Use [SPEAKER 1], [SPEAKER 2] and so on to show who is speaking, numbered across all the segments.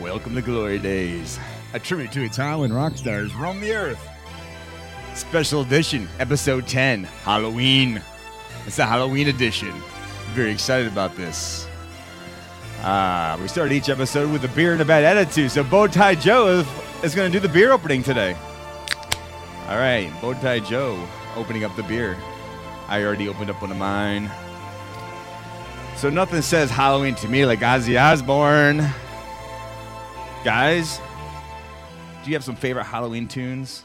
[SPEAKER 1] Welcome to Glory Days, a tribute to a time when rock stars roamed the earth. Special edition, episode 10, Halloween. It's the Halloween edition. Very excited about this. Uh, we start each episode with a beer and a bad attitude, so Bowtie Joe is, is going to do the beer opening today. All right, Bowtie Joe opening up the beer. I already opened up one of mine. So nothing says Halloween to me like Ozzy Osbourne. Guys, do you have some favorite Halloween tunes?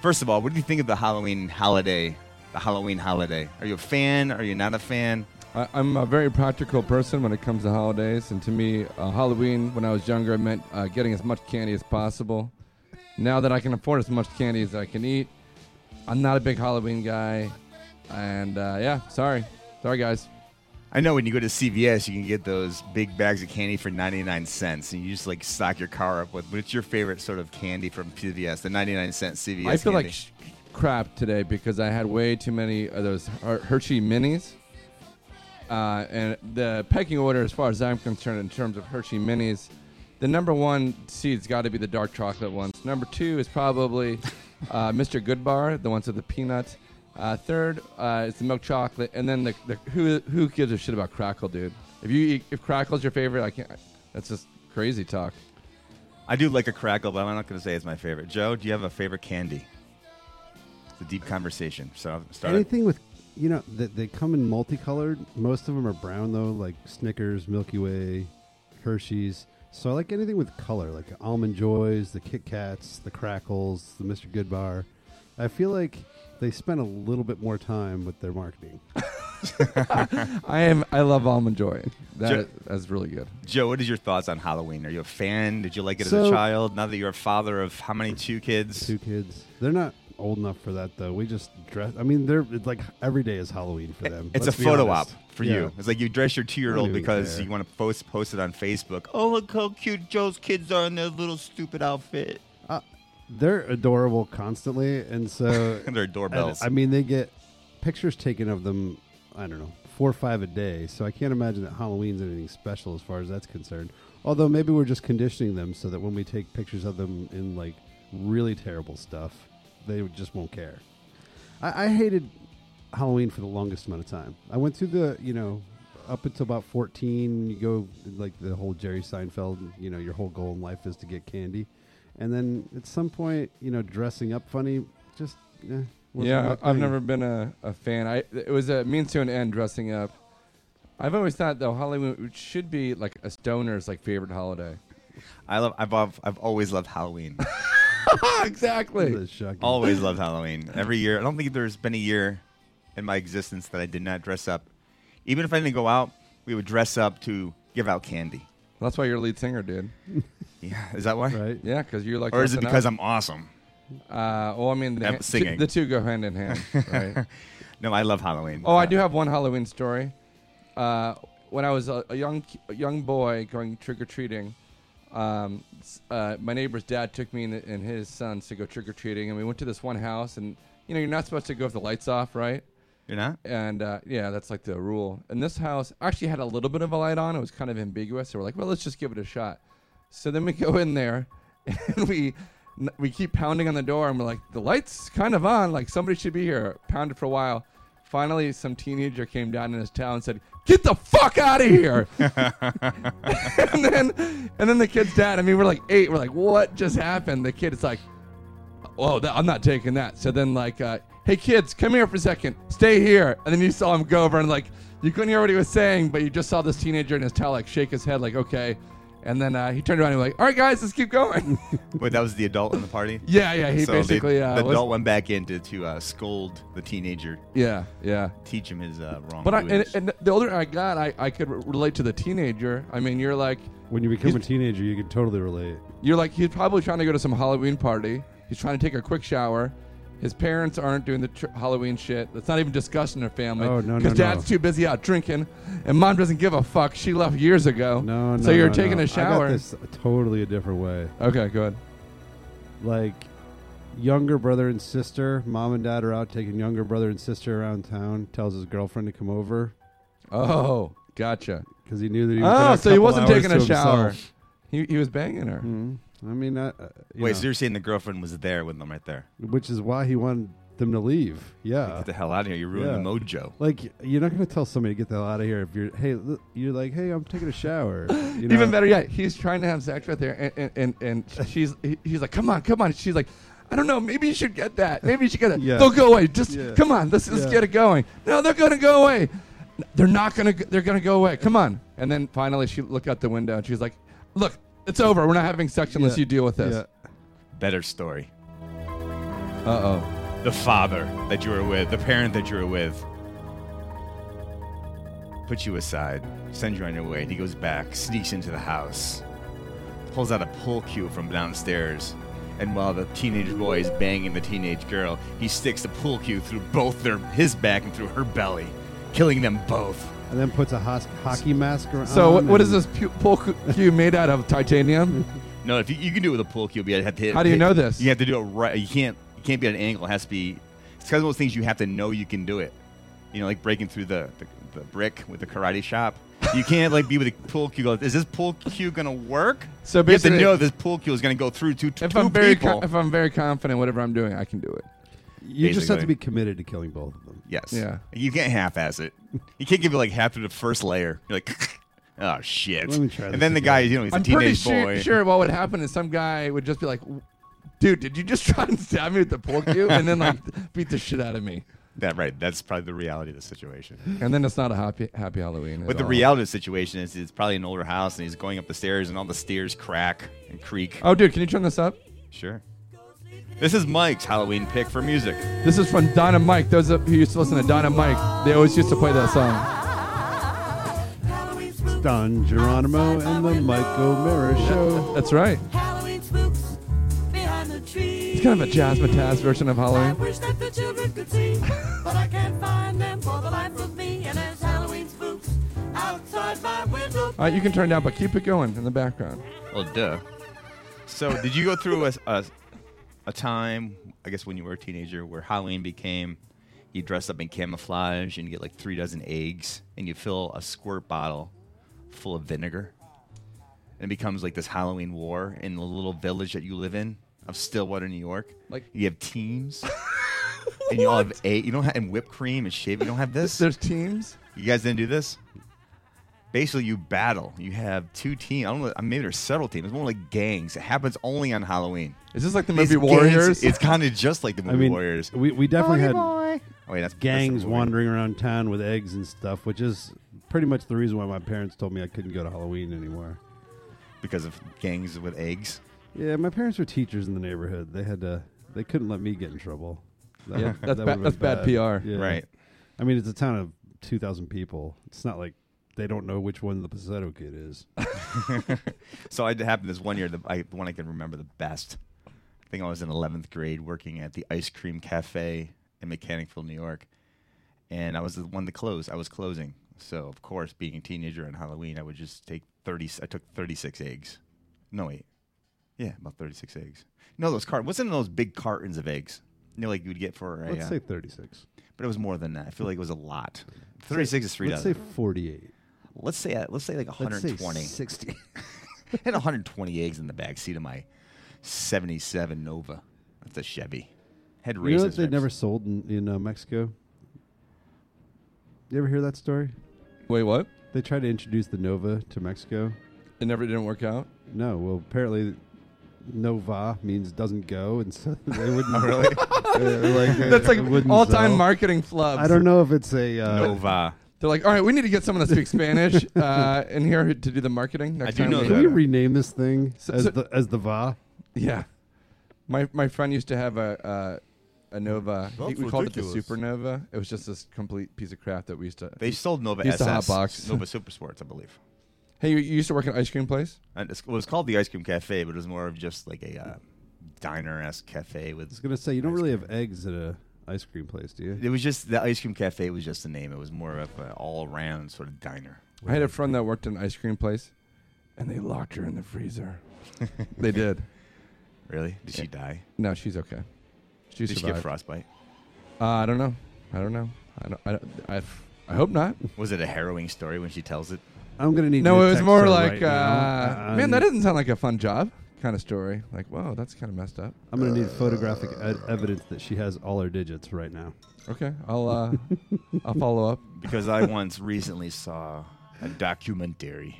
[SPEAKER 1] First of all, what do you think of the Halloween holiday? The Halloween holiday. Are you a fan? Are you not a fan?
[SPEAKER 2] I, I'm a very practical person when it comes to holidays, and to me, uh, Halloween when I was younger meant uh, getting as much candy as possible. Now that I can afford as much candy as I can eat, I'm not a big Halloween guy, and uh, yeah, sorry, sorry guys.
[SPEAKER 1] I know when you go to CVS, you can get those big bags of candy for 99 cents, and you just like stock your car up with. What's your favorite sort of candy from CVS? The 99 cent CVS.
[SPEAKER 2] I feel
[SPEAKER 1] candy.
[SPEAKER 2] like sh- crap today because I had way too many of those Her- Hershey minis. Uh, and the pecking order, as far as I'm concerned, in terms of Hershey minis, the number one seed's got to be the dark chocolate ones. Number two is probably uh, Mr. Goodbar, the ones with the peanuts. Uh, third uh, is the milk chocolate, and then the, the who who gives a shit about Crackle, dude? If you eat, if Crackle's your favorite, I can't. That's just crazy talk.
[SPEAKER 1] I do like a crackle, but I'm not going to say it's my favorite. Joe, do you have a favorite candy? It's a deep conversation. So start. it.
[SPEAKER 3] Anything with, you know, that they come in multicolored. Most of them are brown though, like Snickers, Milky Way, Hershey's. So I like anything with color, like almond joys, the Kit Kats, the Crackles, the Mr. Goodbar. I feel like they spent a little bit more time with their marketing.
[SPEAKER 2] I am. I love almond joy. That
[SPEAKER 1] Ju-
[SPEAKER 2] is, that's really good.
[SPEAKER 1] Joe, what is your thoughts on Halloween? Are you a fan? Did you like it as a
[SPEAKER 3] So-
[SPEAKER 1] child? Now that you're a father of how many? Two kids.
[SPEAKER 3] Two kids, they're not old enough for that though. We just dress. I mean, they're it's like every day is Halloween for them.
[SPEAKER 1] It's
[SPEAKER 3] Let's
[SPEAKER 1] a
[SPEAKER 3] be
[SPEAKER 1] photo
[SPEAKER 3] honest.
[SPEAKER 1] op for
[SPEAKER 3] Yeah.
[SPEAKER 1] you. It's like you dress your two-year-old
[SPEAKER 3] I don't even
[SPEAKER 1] because
[SPEAKER 3] care.
[SPEAKER 1] you want to post post it on Facebook. Oh, look how cute Joe's kids are in their little stupid outfit.
[SPEAKER 3] They're adorable constantly, and so
[SPEAKER 1] And their
[SPEAKER 3] And,
[SPEAKER 1] doorbells.
[SPEAKER 3] I mean, they get pictures taken of them. I don't know, four or five a day. So I can't imagine that Halloween's anything special as far as that's concerned. Although maybe we're just conditioning them so that when we take pictures of them in like really terrible stuff, they just won't care. I, I hated Halloween for the longest amount of time. I went through the, you know, up until about 14, you go like the whole Jerry Seinfeld, you know, your whole goal in life is to get candy. And then at some point, you know, dressing up funny just. Eh, wasn't
[SPEAKER 2] Yeah,
[SPEAKER 3] my
[SPEAKER 2] I've
[SPEAKER 3] thing.
[SPEAKER 2] never been a, a fan. I it was a means to an end dressing up. I've always thought though Halloween should be like a stoner's like favorite holiday.
[SPEAKER 1] I love. I've, I've I've always loved Halloween.
[SPEAKER 2] exactly.
[SPEAKER 3] That's shocking.
[SPEAKER 1] always loved Halloween. Every year. I don't think there's been a year in my existence that I did not dress up. Even if I didn't go out, we would dress up to give out candy.
[SPEAKER 2] That's why you're lead singer, dude.
[SPEAKER 1] Yeah, is that why?
[SPEAKER 3] Right?
[SPEAKER 2] Yeah, because you're like.
[SPEAKER 1] Or is it because I'm awesome?
[SPEAKER 2] I'm? Uh, well, I mean, the,
[SPEAKER 1] I'm
[SPEAKER 2] ha- two-
[SPEAKER 1] singing.
[SPEAKER 2] the two go hand in hand, right?
[SPEAKER 1] No, I love Halloween. Uh,
[SPEAKER 2] Oh, I do have one Halloween story. Uh, when I was a, a young a young boy going trick or treating, um, s- uh, my neighbor's dad took me and, and his sons to go trick or treating, and we went to this one house, and you know you're not supposed to go with the lights off, right?
[SPEAKER 1] You're not.
[SPEAKER 2] And uh, yeah, that's like the rule. And this house actually had a little bit of a light on. It was kind of ambiguous. So we're like, well, let's just give it a shot. So then we go in there, and we n- we keep pounding on the door, and we're like, the light's kind of on. Like somebody should be here. Pounded for a while. Finally, some teenager came down in his towel and said, "Get the fuck out of here!" and then, and then the kid's dad. I mean, we're like eight. We're like, "What just happened?" The kid is like, Whoa, that, I'm not taking that. So then, like, uh, hey kids, come here for a second. Stay here. And then you saw him go over and like, you couldn't hear what he was saying, but you just saw this teenager in his towel like shake his head like, okay. And then uh, he turned around and was like, all right, guys, let's keep going.
[SPEAKER 1] Wait, that was the adult in the party.
[SPEAKER 2] yeah, yeah. He
[SPEAKER 1] so
[SPEAKER 2] basically,
[SPEAKER 1] the,
[SPEAKER 2] uh,
[SPEAKER 1] the
[SPEAKER 2] was-
[SPEAKER 1] adult went back in to, to uh, scold the teenager,
[SPEAKER 2] yeah, yeah.
[SPEAKER 1] teach him his uh, wrong.
[SPEAKER 2] But I, and, and the older I got, I, I could re- relate to the teenager. I mean, you're like,
[SPEAKER 3] When you become a
[SPEAKER 2] He's-
[SPEAKER 3] teenager, you can totally relate.
[SPEAKER 2] You're like, he's probably trying to go to some Halloween party. He's trying to take a quick shower. His parents aren't doing the tr- Halloween shit. That's not even discussed in their family.
[SPEAKER 3] Oh, no, no,
[SPEAKER 2] Because dad's
[SPEAKER 3] no.
[SPEAKER 2] too busy out drinking, and mom doesn't give a fuck. She left years ago.
[SPEAKER 3] No, no.
[SPEAKER 2] So you're
[SPEAKER 3] no,
[SPEAKER 2] taking a
[SPEAKER 3] no. I got
[SPEAKER 2] shower.
[SPEAKER 3] this totally a different way.
[SPEAKER 2] Okay, go ahead.
[SPEAKER 3] like younger brother and sister mom and dad are out taking younger brother and sister around town tells his girlfriend to come over
[SPEAKER 2] Oh, gotcha.
[SPEAKER 3] because he knew that he was gonna
[SPEAKER 2] Oh,
[SPEAKER 3] have a
[SPEAKER 2] so he
[SPEAKER 3] couple
[SPEAKER 2] wasn't
[SPEAKER 3] hours
[SPEAKER 2] taking a
[SPEAKER 3] to
[SPEAKER 2] shower.
[SPEAKER 3] himself.
[SPEAKER 2] He, he was banging her.
[SPEAKER 3] Mhm. I mean, I, uh, you
[SPEAKER 1] Wait,
[SPEAKER 3] know,
[SPEAKER 1] so you're saying the girlfriend was there with them right there?
[SPEAKER 3] which is why he wanted them to leave. Yeah.
[SPEAKER 1] Get the hell out of here! You ruined the mojo.
[SPEAKER 3] Like you're not going to tell somebody to get the hell out of here if you're hey l- you're like hey I'm taking a shower. You know?
[SPEAKER 2] Even better yet, he's trying to have sex right there, and and, and, and she's he- he's like, "Come on, come on." She's like, "I don't know. Maybe you should get that. Maybe you should get that.
[SPEAKER 3] Yeah.
[SPEAKER 2] They'll go away. Just
[SPEAKER 3] Yeah.
[SPEAKER 2] come on. Let's, let's
[SPEAKER 3] Yeah.
[SPEAKER 2] get it going. No, they're gonna go away. N- They're not gonna. g- They're gonna go away. Come on." And then finally, she looked out the window, and she's like, "Look, it's over. We're not having sex unless
[SPEAKER 3] Yeah.
[SPEAKER 2] you deal with this."
[SPEAKER 3] Yeah.
[SPEAKER 1] Better story.
[SPEAKER 2] Uh oh.
[SPEAKER 1] The father that you were with, the parent that you were with, puts you aside, sends you on your way, and he goes back, sneaks into the house, pulls out a pull cue from downstairs, and while the teenage boy is banging the teenage girl, he sticks the pull cue through both their his back and through her belly, killing them both.
[SPEAKER 3] And then puts a hos- hockey mask around.
[SPEAKER 2] So what, what is
[SPEAKER 3] and-
[SPEAKER 2] this pu- pull cu- cue made out of titanium?
[SPEAKER 1] No, if you, you can do it with a pull cue, but you have to hit.
[SPEAKER 2] How do you
[SPEAKER 1] hit-
[SPEAKER 2] know this?
[SPEAKER 1] You have to do it right. You can't. You can't be at an angle. It has to be. It's kind of those things you have to know you can do it. You know, like breaking through the the, the brick with the karate shop. You can't like be with a pull cue. Go, is this pull cue gonna work? you
[SPEAKER 2] So
[SPEAKER 1] have to
[SPEAKER 2] basically-
[SPEAKER 1] know this pull cue is gonna go through two, two
[SPEAKER 2] If I'm very
[SPEAKER 1] people.
[SPEAKER 2] con- if I'm very confident, in whatever I'm doing, I can do it.
[SPEAKER 3] You just have to
[SPEAKER 1] basically.
[SPEAKER 3] be committed to killing both of them.
[SPEAKER 1] yes.
[SPEAKER 2] Yeah.
[SPEAKER 1] You can't half-ass it. You can't give it like half to the first layer. You're like, oh shit.
[SPEAKER 3] Let me try this
[SPEAKER 1] and then the
[SPEAKER 3] again.
[SPEAKER 1] guy, you know, he's a
[SPEAKER 2] I'm pretty
[SPEAKER 1] teenage
[SPEAKER 2] sure,
[SPEAKER 1] boy.
[SPEAKER 2] sure what would happen is some guy would just be like, dude, did you just try and stab me with the pork cube? And then like beat the shit out of me.
[SPEAKER 1] That right. That's probably the reality of the situation.
[SPEAKER 2] And then it's not a happy happy Halloween.
[SPEAKER 1] But
[SPEAKER 2] at
[SPEAKER 1] the
[SPEAKER 2] all.
[SPEAKER 1] reality of the situation is it's probably an older house and he's going up the stairs and all the stairs crack and creak.
[SPEAKER 2] Oh, dude, can you turn this up?
[SPEAKER 1] Sure. This is Mike's Halloween pick for music.
[SPEAKER 2] This is from Donna Mike. Those of who used to listen to Donna Mike, they always used to play that song.
[SPEAKER 3] Don Geronimo and the Michael Mara Show.
[SPEAKER 2] That's right.
[SPEAKER 4] Halloween spooks behind the tree.
[SPEAKER 2] It's kind of a jazz matazz version of
[SPEAKER 4] I
[SPEAKER 2] Halloween.
[SPEAKER 4] wish that the children could see, but I can't find them for the life of me. And there's Halloween spooks outside my window.
[SPEAKER 2] All right, you can turn it down, but keep it going in the background.
[SPEAKER 1] Well, duh. So, did you go through a, a, a time, I guess when you were a teenager, where Halloween became you dress up in camouflage and you get like three dozen eggs and you fill a squirt bottle full of vinegar? And it becomes like this Halloween war in the little village that you live in of Stillwater, New York.
[SPEAKER 2] Like-
[SPEAKER 1] you have teams. And you all have eight. You don't have and whipped cream and shit. You don't have this.
[SPEAKER 2] There's teams.
[SPEAKER 1] You guys didn't do this? Basically, you battle. You have two teams. I don't know. Maybe there's several teams. It's more like gangs. It happens only on Halloween.
[SPEAKER 2] Is this like the
[SPEAKER 1] These
[SPEAKER 2] movie
[SPEAKER 1] gangs,
[SPEAKER 2] Warriors?
[SPEAKER 1] it's kind of just like the
[SPEAKER 3] I
[SPEAKER 1] movie
[SPEAKER 3] mean,
[SPEAKER 1] Warriors.
[SPEAKER 3] we, we definitely had
[SPEAKER 1] Oh, wait, that's that's the
[SPEAKER 3] gangs
[SPEAKER 1] movie.
[SPEAKER 3] wandering around town with eggs and stuff, which is pretty much the reason why my parents told me I couldn't go to Halloween anymore.
[SPEAKER 1] because of gangs with eggs.
[SPEAKER 3] Yeah, my parents were teachers in the neighborhood. They had to. They couldn't let me get in trouble. That
[SPEAKER 2] Yeah,
[SPEAKER 3] would-
[SPEAKER 2] that's
[SPEAKER 3] that
[SPEAKER 2] ba-
[SPEAKER 3] would've
[SPEAKER 2] that's
[SPEAKER 3] been
[SPEAKER 2] bad PR.
[SPEAKER 3] Yeah.
[SPEAKER 1] Right.
[SPEAKER 3] I mean, it's a town of two thousand people. It's not like they don't know which one the Passetto kid is.
[SPEAKER 1] So it happened this one year. The, I, the one I can remember the best. I think I was in 11th grade working at the ice cream cafe in Mechanicville, New York, and I was the one to close. I was closing, so of course, being a teenager on Halloween, I would just take 30. I took 36 eggs. No wait, yeah, about 36 eggs. No, those cartons. What's in those big cartons of eggs? You know, like you would get for a.
[SPEAKER 3] Let's
[SPEAKER 1] uh,
[SPEAKER 3] say thirty-six.
[SPEAKER 1] but it was more than that. I feel like it was a lot. 36 is three
[SPEAKER 3] Let's
[SPEAKER 1] dozen.
[SPEAKER 3] say forty-eight.
[SPEAKER 1] Let's say uh, let's say like
[SPEAKER 3] Let's say
[SPEAKER 1] 120
[SPEAKER 3] sixty.
[SPEAKER 1] had 120 eggs in the back seat of my 77 Nova. That's a Chevy. Had
[SPEAKER 3] You know that
[SPEAKER 1] races.
[SPEAKER 3] they never sold in, in uh, Mexico. You ever hear that story?
[SPEAKER 2] Wait, what?
[SPEAKER 3] They tried to introduce the Nova to Mexico.
[SPEAKER 2] It never didn't work out.
[SPEAKER 3] No, well, apparently Nova means doesn't go, and so they
[SPEAKER 1] Oh,
[SPEAKER 3] wouldn't. they were like, uh,
[SPEAKER 2] That's like
[SPEAKER 3] it wouldn't
[SPEAKER 2] all time
[SPEAKER 3] sell.
[SPEAKER 2] marketing flubs.
[SPEAKER 3] I don't know if it's a. Uh,
[SPEAKER 1] Nova.
[SPEAKER 2] They're like, all right, we need to get someone that speaks Spanish uh, in here to do the marketing next
[SPEAKER 1] I do
[SPEAKER 2] time.
[SPEAKER 1] know
[SPEAKER 2] we-
[SPEAKER 1] that.
[SPEAKER 3] Can we rename this thing
[SPEAKER 2] So-
[SPEAKER 3] as
[SPEAKER 2] so-
[SPEAKER 3] the as the Va?
[SPEAKER 2] Yeah, my my friend used to have a uh, a Nova. He- we
[SPEAKER 1] That's
[SPEAKER 2] called it the
[SPEAKER 1] ridiculous.
[SPEAKER 2] Supernova. It was just this complete piece of crap that we used to.
[SPEAKER 1] They sold Nova
[SPEAKER 2] Used to
[SPEAKER 1] SS.
[SPEAKER 2] hotbox.
[SPEAKER 1] Nova Super Sports, I believe.
[SPEAKER 2] hey, you, you used to work at an ice cream place.
[SPEAKER 1] And it's- it was called the Ice Cream Cafe, but it was more of just like a uh, diner esque cafe
[SPEAKER 3] I was
[SPEAKER 1] with.
[SPEAKER 3] gonna say you don't
[SPEAKER 1] Ice
[SPEAKER 3] really have eggs at a ice cream place, do you?
[SPEAKER 1] It was just the ice cream cafe was just the name. It was more of an all around sort of diner.
[SPEAKER 2] I had a friend that worked at an ice cream place, and they locked her in the freezer. they did.
[SPEAKER 1] Really? Did she die?
[SPEAKER 2] No, she's okay. She
[SPEAKER 1] Did she get
[SPEAKER 2] survived.
[SPEAKER 1] frostbite?
[SPEAKER 2] uh, I don't know. I don't know. I don't. I, don't, I, I hope not.
[SPEAKER 1] Was it a harrowing story when she tells it?
[SPEAKER 3] I'm gonna need.
[SPEAKER 2] No,
[SPEAKER 3] you to
[SPEAKER 2] it was
[SPEAKER 3] text
[SPEAKER 2] more
[SPEAKER 3] her
[SPEAKER 2] like,
[SPEAKER 3] right
[SPEAKER 2] uh,
[SPEAKER 3] now.
[SPEAKER 2] man,
[SPEAKER 3] Um,
[SPEAKER 2] that doesn't sound like a fun job kind of story. Like, whoa, that's kind of messed up.
[SPEAKER 3] I'm gonna need photographic ed- evidence that she has all her digits right now.
[SPEAKER 2] Okay, I'll uh, I'll follow up.
[SPEAKER 1] because I once recently saw a documentary.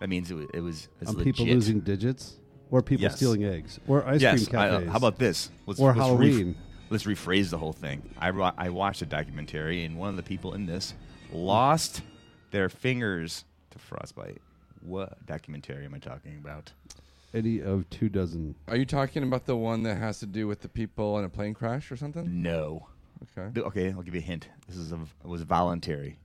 [SPEAKER 1] That means it was, it was it's
[SPEAKER 3] On
[SPEAKER 1] legit.
[SPEAKER 3] people losing digits, or people
[SPEAKER 1] Yes.
[SPEAKER 3] stealing eggs, or ice
[SPEAKER 1] yes,
[SPEAKER 3] cream
[SPEAKER 1] I- uh,
[SPEAKER 3] cafes.
[SPEAKER 1] how about this? Let's,
[SPEAKER 3] Or
[SPEAKER 1] let's
[SPEAKER 3] Halloween.
[SPEAKER 1] let's rephrase the whole thing. I wa- I watched a documentary, and one of the people in this lost their fingers to frostbite. What documentary am I talking about?
[SPEAKER 3] any of two dozen?
[SPEAKER 2] Are you talking about the one that has to do with the people in a plane crash or something?
[SPEAKER 1] No.
[SPEAKER 2] Okay.
[SPEAKER 1] Th- Okay, I'll give you a hint. This is a, it was voluntary.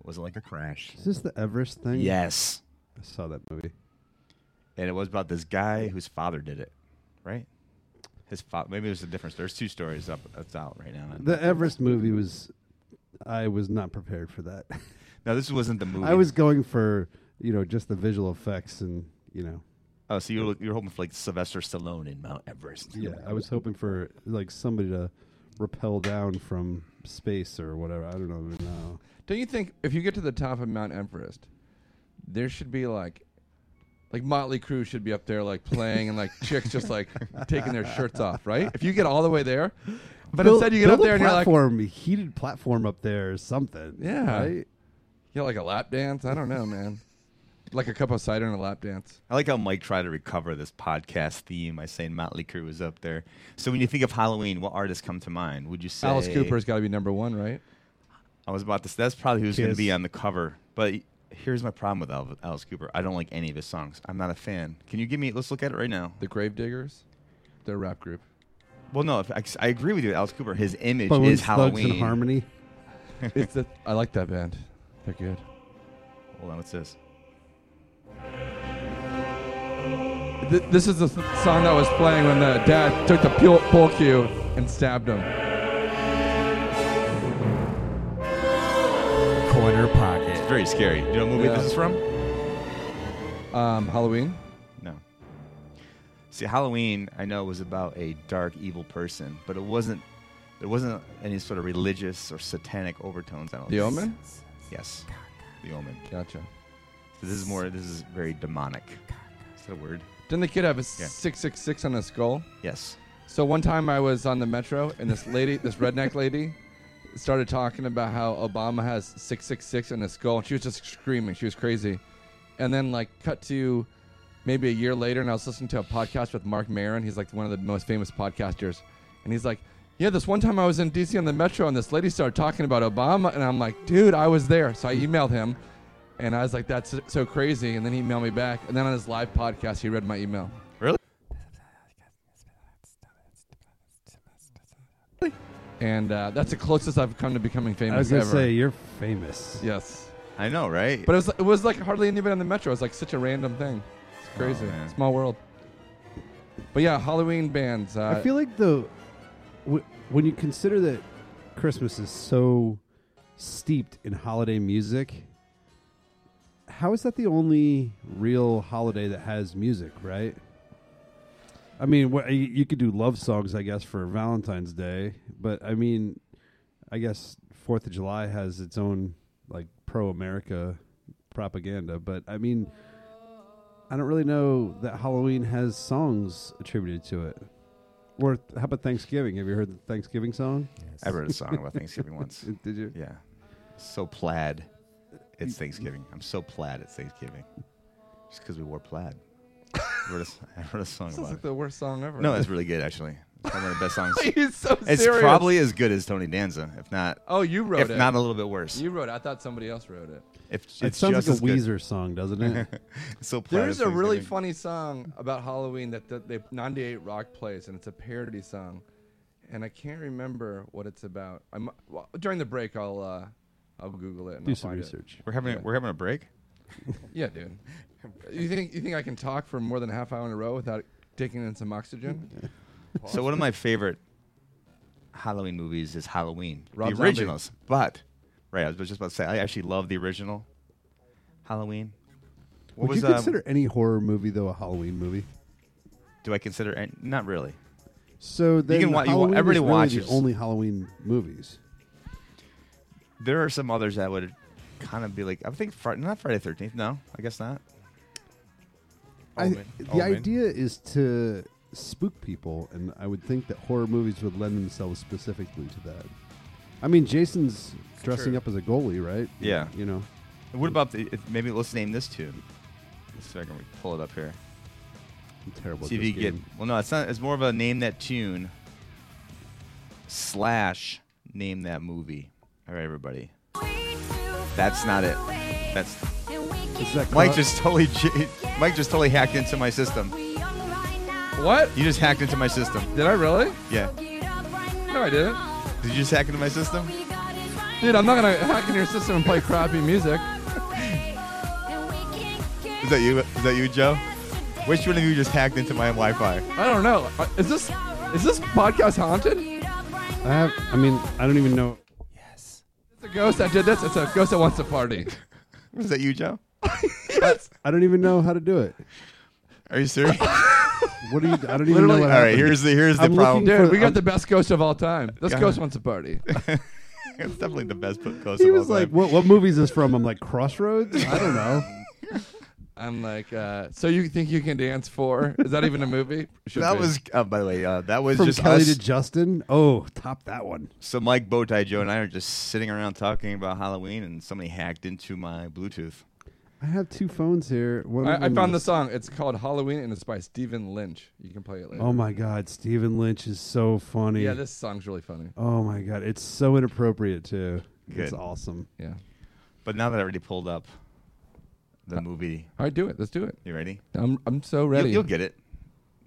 [SPEAKER 1] It wasn't like a crash.
[SPEAKER 3] Is this the Everest thing?
[SPEAKER 1] Yes,
[SPEAKER 3] I saw that movie.
[SPEAKER 1] and it was about this guy whose father did it, right? His father. Maybe there's a difference. There's two stories up that's out right now.
[SPEAKER 3] The Everest movie was. I was not prepared for that.
[SPEAKER 1] No, this wasn't the movie.
[SPEAKER 3] I was going for you know just the visual effecks and you know
[SPEAKER 1] Oh, so you were, you were hoping for like Sylvester Stallone in Mount Everest.
[SPEAKER 3] yeah I was hoping for like somebody to rappel down from space or whatever. I don't know. No.
[SPEAKER 2] Don't you think if you get to the top of Mount Everest, there should be like, like Motley Crue should be up there like playing and like chicks just like taking their shirts off, right? If you get all the way there, but
[SPEAKER 3] Build-
[SPEAKER 2] instead you get up
[SPEAKER 3] build
[SPEAKER 2] there
[SPEAKER 3] a
[SPEAKER 2] and you're like,
[SPEAKER 3] platform, heated platform up there or something.
[SPEAKER 2] Yeah.
[SPEAKER 3] right?
[SPEAKER 2] you know, like a lap dance. I don't know, man. Like a cup of cider and a lap dance.
[SPEAKER 1] I like how Mike tried to recover this podcast theme by saying Motley Crue was up there. So when you think of Halloween, what artists come to mind? Would you say
[SPEAKER 2] Alice Cooper's got to be number one, right?
[SPEAKER 1] I was about to. That's probably who's going to
[SPEAKER 3] Kiss.
[SPEAKER 1] be on the cover. But here's my problem with Al- Alice Cooper. I don't like any of his songs. I'm not a fan. Can you give me? Let's look at it right now.
[SPEAKER 2] The Gravediggers, their rap group.
[SPEAKER 1] Well, no, if, I, I agree with you. Alice Cooper, his image
[SPEAKER 3] But
[SPEAKER 1] is
[SPEAKER 3] Thugs and
[SPEAKER 1] Halloween.
[SPEAKER 3] Harmony.
[SPEAKER 2] it's the, I like that band. They're good.
[SPEAKER 1] Hold on, what's this?
[SPEAKER 2] Th- this is the s- song that was playing when the dad took the pul- pull cue and stabbed him.
[SPEAKER 5] Corner pocket.
[SPEAKER 1] Very scary. Do you know what movie
[SPEAKER 2] Yeah.
[SPEAKER 1] this is from?
[SPEAKER 2] Um, Halloween.
[SPEAKER 1] No. See, Halloween, I know, was about a dark, evil person, but it wasn't. There wasn't any sort of religious or satanic overtones. I don't.
[SPEAKER 2] The
[SPEAKER 1] think.
[SPEAKER 2] Omen.
[SPEAKER 1] Yes. The Omen.
[SPEAKER 2] Gotcha.
[SPEAKER 1] This is more. This is very demonic. Is that a word?
[SPEAKER 2] Didn't the kid have a
[SPEAKER 1] Yeah.
[SPEAKER 2] six six six on his skull?
[SPEAKER 1] Yes.
[SPEAKER 2] So one time I was on the metro and this lady, this redneck lady, started talking about how Obama has six six six on his skull. And she was just screaming. She was crazy. And then like cut to maybe a year later, and I was listening to a podcast with Mark Maron. He's like one of the most famous podcasters, and he's like. Yeah, this one time I was in DC on the metro and this lady started talking about Obama, and I'm like, dude, I was there. So I emailed him, and I was like, that's so crazy. And then he emailed me back, and then on his live podcast, he read my email. and uh, that's the closest I've come to becoming famous.
[SPEAKER 3] I was gonna
[SPEAKER 2] ever.
[SPEAKER 3] say you're famous.
[SPEAKER 2] yes,
[SPEAKER 1] I know, right?
[SPEAKER 2] but it was it was like hardly anybody on the metro. It was like such a random thing. It's crazy,
[SPEAKER 1] Oh, man.
[SPEAKER 2] small world. But yeah, Halloween bands. Uh,
[SPEAKER 3] I feel like the w- when you consider that Christmas is so steeped in holiday music, how is that the only real holiday that has music? Right? I mean, wha- y- you could do love songs, I guess, for Valentine's Day, but I mean, I guess Fourth of July has its own like pro-America propaganda, but I mean. I don't really know that Halloween has songs attributed to it. Or th- how about Thanksgiving? Have you heard the Thanksgiving song?
[SPEAKER 1] I wrote a song about Thanksgiving once.
[SPEAKER 3] Uh, Did you?
[SPEAKER 1] Yeah. So plaid.
[SPEAKER 2] Mm.
[SPEAKER 1] It's Thanksgiving. I'm so plaid it's Thanksgiving. Just because we wore plaid. I wrote a s- I wrote a song
[SPEAKER 2] sounds
[SPEAKER 1] about
[SPEAKER 2] like
[SPEAKER 1] it.
[SPEAKER 2] the worst song ever.
[SPEAKER 1] No, it's really good, actually. It's one of the best songs.
[SPEAKER 2] he's so
[SPEAKER 1] It's
[SPEAKER 2] serious.
[SPEAKER 1] probably as good as Tony Danza, if not,
[SPEAKER 2] Oh, you wrote
[SPEAKER 1] if
[SPEAKER 2] it.
[SPEAKER 1] not a little bit worse.
[SPEAKER 2] you wrote it. I thought somebody else wrote it.
[SPEAKER 1] If
[SPEAKER 3] It
[SPEAKER 1] it's
[SPEAKER 3] sounds
[SPEAKER 1] just
[SPEAKER 3] like
[SPEAKER 1] as
[SPEAKER 3] a
[SPEAKER 1] good.
[SPEAKER 3] Weezer song, doesn't it?
[SPEAKER 1] So plaid
[SPEAKER 2] There's
[SPEAKER 1] it's
[SPEAKER 2] a really
[SPEAKER 1] Thanksgiving.
[SPEAKER 2] funny song about Halloween that, that they 98 Rock plays, and it's a parody song, and I can't remember what it's about. I'm well, during the break. I'll uh, I'll Google it. And
[SPEAKER 3] Do
[SPEAKER 2] I'll
[SPEAKER 3] some
[SPEAKER 2] find it.
[SPEAKER 3] research.
[SPEAKER 1] We're having we're having a break.
[SPEAKER 2] Yeah, dude. You think you think I can talk for more than a half hour in a row without taking in some oxygen?
[SPEAKER 1] So one of my favorite Halloween movies is Halloween,
[SPEAKER 2] Rob
[SPEAKER 1] the
[SPEAKER 2] Zombie.
[SPEAKER 1] originals. But right, I was just about to say I actually love the original Halloween. What
[SPEAKER 3] Would you
[SPEAKER 1] was, uh,
[SPEAKER 3] consider any horror movie though a Halloween movie?
[SPEAKER 1] Do I consider any, not really?
[SPEAKER 3] So then
[SPEAKER 1] can wa- you wa-
[SPEAKER 3] Halloween
[SPEAKER 1] everybody
[SPEAKER 3] is really the
[SPEAKER 1] watches.
[SPEAKER 3] only Halloween movies.
[SPEAKER 1] There are some others that would kind of be like I think Friday, not Friday Thirteenth. No, I guess not.
[SPEAKER 3] I,
[SPEAKER 5] Omen.
[SPEAKER 3] the
[SPEAKER 5] Omen.
[SPEAKER 3] idea is to spook people, and I would think that horror movies would lend themselves specifically to that. I mean, Jason's dressing
[SPEAKER 5] True.
[SPEAKER 3] up as a goalie, right?
[SPEAKER 1] Yeah.
[SPEAKER 3] You know,
[SPEAKER 1] And What about the, if- maybe let's name this tune. Let's see if I can pull it up here.
[SPEAKER 3] I'm terrible. at
[SPEAKER 1] See if
[SPEAKER 3] this
[SPEAKER 1] you get.
[SPEAKER 3] game.
[SPEAKER 1] Well, no, it's not. It's more of a name that tune slash name that movie. All right, everybody. That's not it. That's
[SPEAKER 3] Is that
[SPEAKER 1] Mike
[SPEAKER 3] cut?
[SPEAKER 1] just totally. j- Mike just totally hacked into my system.
[SPEAKER 2] What?
[SPEAKER 1] You just hacked into my system.
[SPEAKER 2] Did I really?
[SPEAKER 1] Yeah.
[SPEAKER 2] No, I didn't.
[SPEAKER 1] Did you just hack into my system?
[SPEAKER 2] Dude, I'm not gonna hack into your system and play crappy music.
[SPEAKER 1] Is that you? Is that you, Joe? Which one of you just hacked into my Wi-Fi?
[SPEAKER 2] I don't know. Uh, Is this is this podcast haunted? It's
[SPEAKER 3] I have. I mean, I don't even know.
[SPEAKER 2] a ghost that did this. It's a ghost that wants to party.
[SPEAKER 1] Is that you, Joe?
[SPEAKER 3] I don't even know how to do it.
[SPEAKER 1] Are you serious?
[SPEAKER 3] What do you? I don't even know.
[SPEAKER 2] Literally-
[SPEAKER 3] What
[SPEAKER 1] All right.
[SPEAKER 3] happened.
[SPEAKER 1] Here's the here's the
[SPEAKER 3] I'm
[SPEAKER 1] problem.
[SPEAKER 3] looking-
[SPEAKER 2] Dude, we got the best ghost of all time. This
[SPEAKER 1] Yeah.
[SPEAKER 2] ghost wants to party.
[SPEAKER 1] it's definitely the best book ghost
[SPEAKER 3] He
[SPEAKER 1] of
[SPEAKER 3] was
[SPEAKER 1] all
[SPEAKER 3] like,
[SPEAKER 1] time.
[SPEAKER 3] "What? What movie is this from?" I'm like, "Crossroads." I don't know.
[SPEAKER 2] I'm like, uh, so you think you can dance for? Is that even a movie? Should
[SPEAKER 1] That
[SPEAKER 2] be.
[SPEAKER 1] was, uh, by the way, uh, that was
[SPEAKER 3] From
[SPEAKER 1] just
[SPEAKER 3] Kelly
[SPEAKER 1] us.
[SPEAKER 3] to Justin. Oh, top that one.
[SPEAKER 1] so Mike Bowtie Joe and I are just sitting around talking about Halloween, and somebody hacked into my Bluetooth.
[SPEAKER 3] I have two phones here. One of
[SPEAKER 2] I, I
[SPEAKER 3] them
[SPEAKER 2] found the
[SPEAKER 3] is-
[SPEAKER 2] song. It's called Halloween and it's by Stephen Lynch. You can play it later.
[SPEAKER 3] Oh my God, Stephen Lynch is so funny.
[SPEAKER 2] Yeah, this song's really funny.
[SPEAKER 3] Oh my god, it's so inappropriate too. It's
[SPEAKER 1] Good.
[SPEAKER 3] awesome.
[SPEAKER 2] Yeah.
[SPEAKER 1] But now that I already pulled up
[SPEAKER 3] Uh,
[SPEAKER 1] the movie,
[SPEAKER 2] All right, do it. Let's do it.
[SPEAKER 1] you ready?
[SPEAKER 2] I'm I'm so
[SPEAKER 1] You'll,
[SPEAKER 2] ready.
[SPEAKER 1] you'll get it.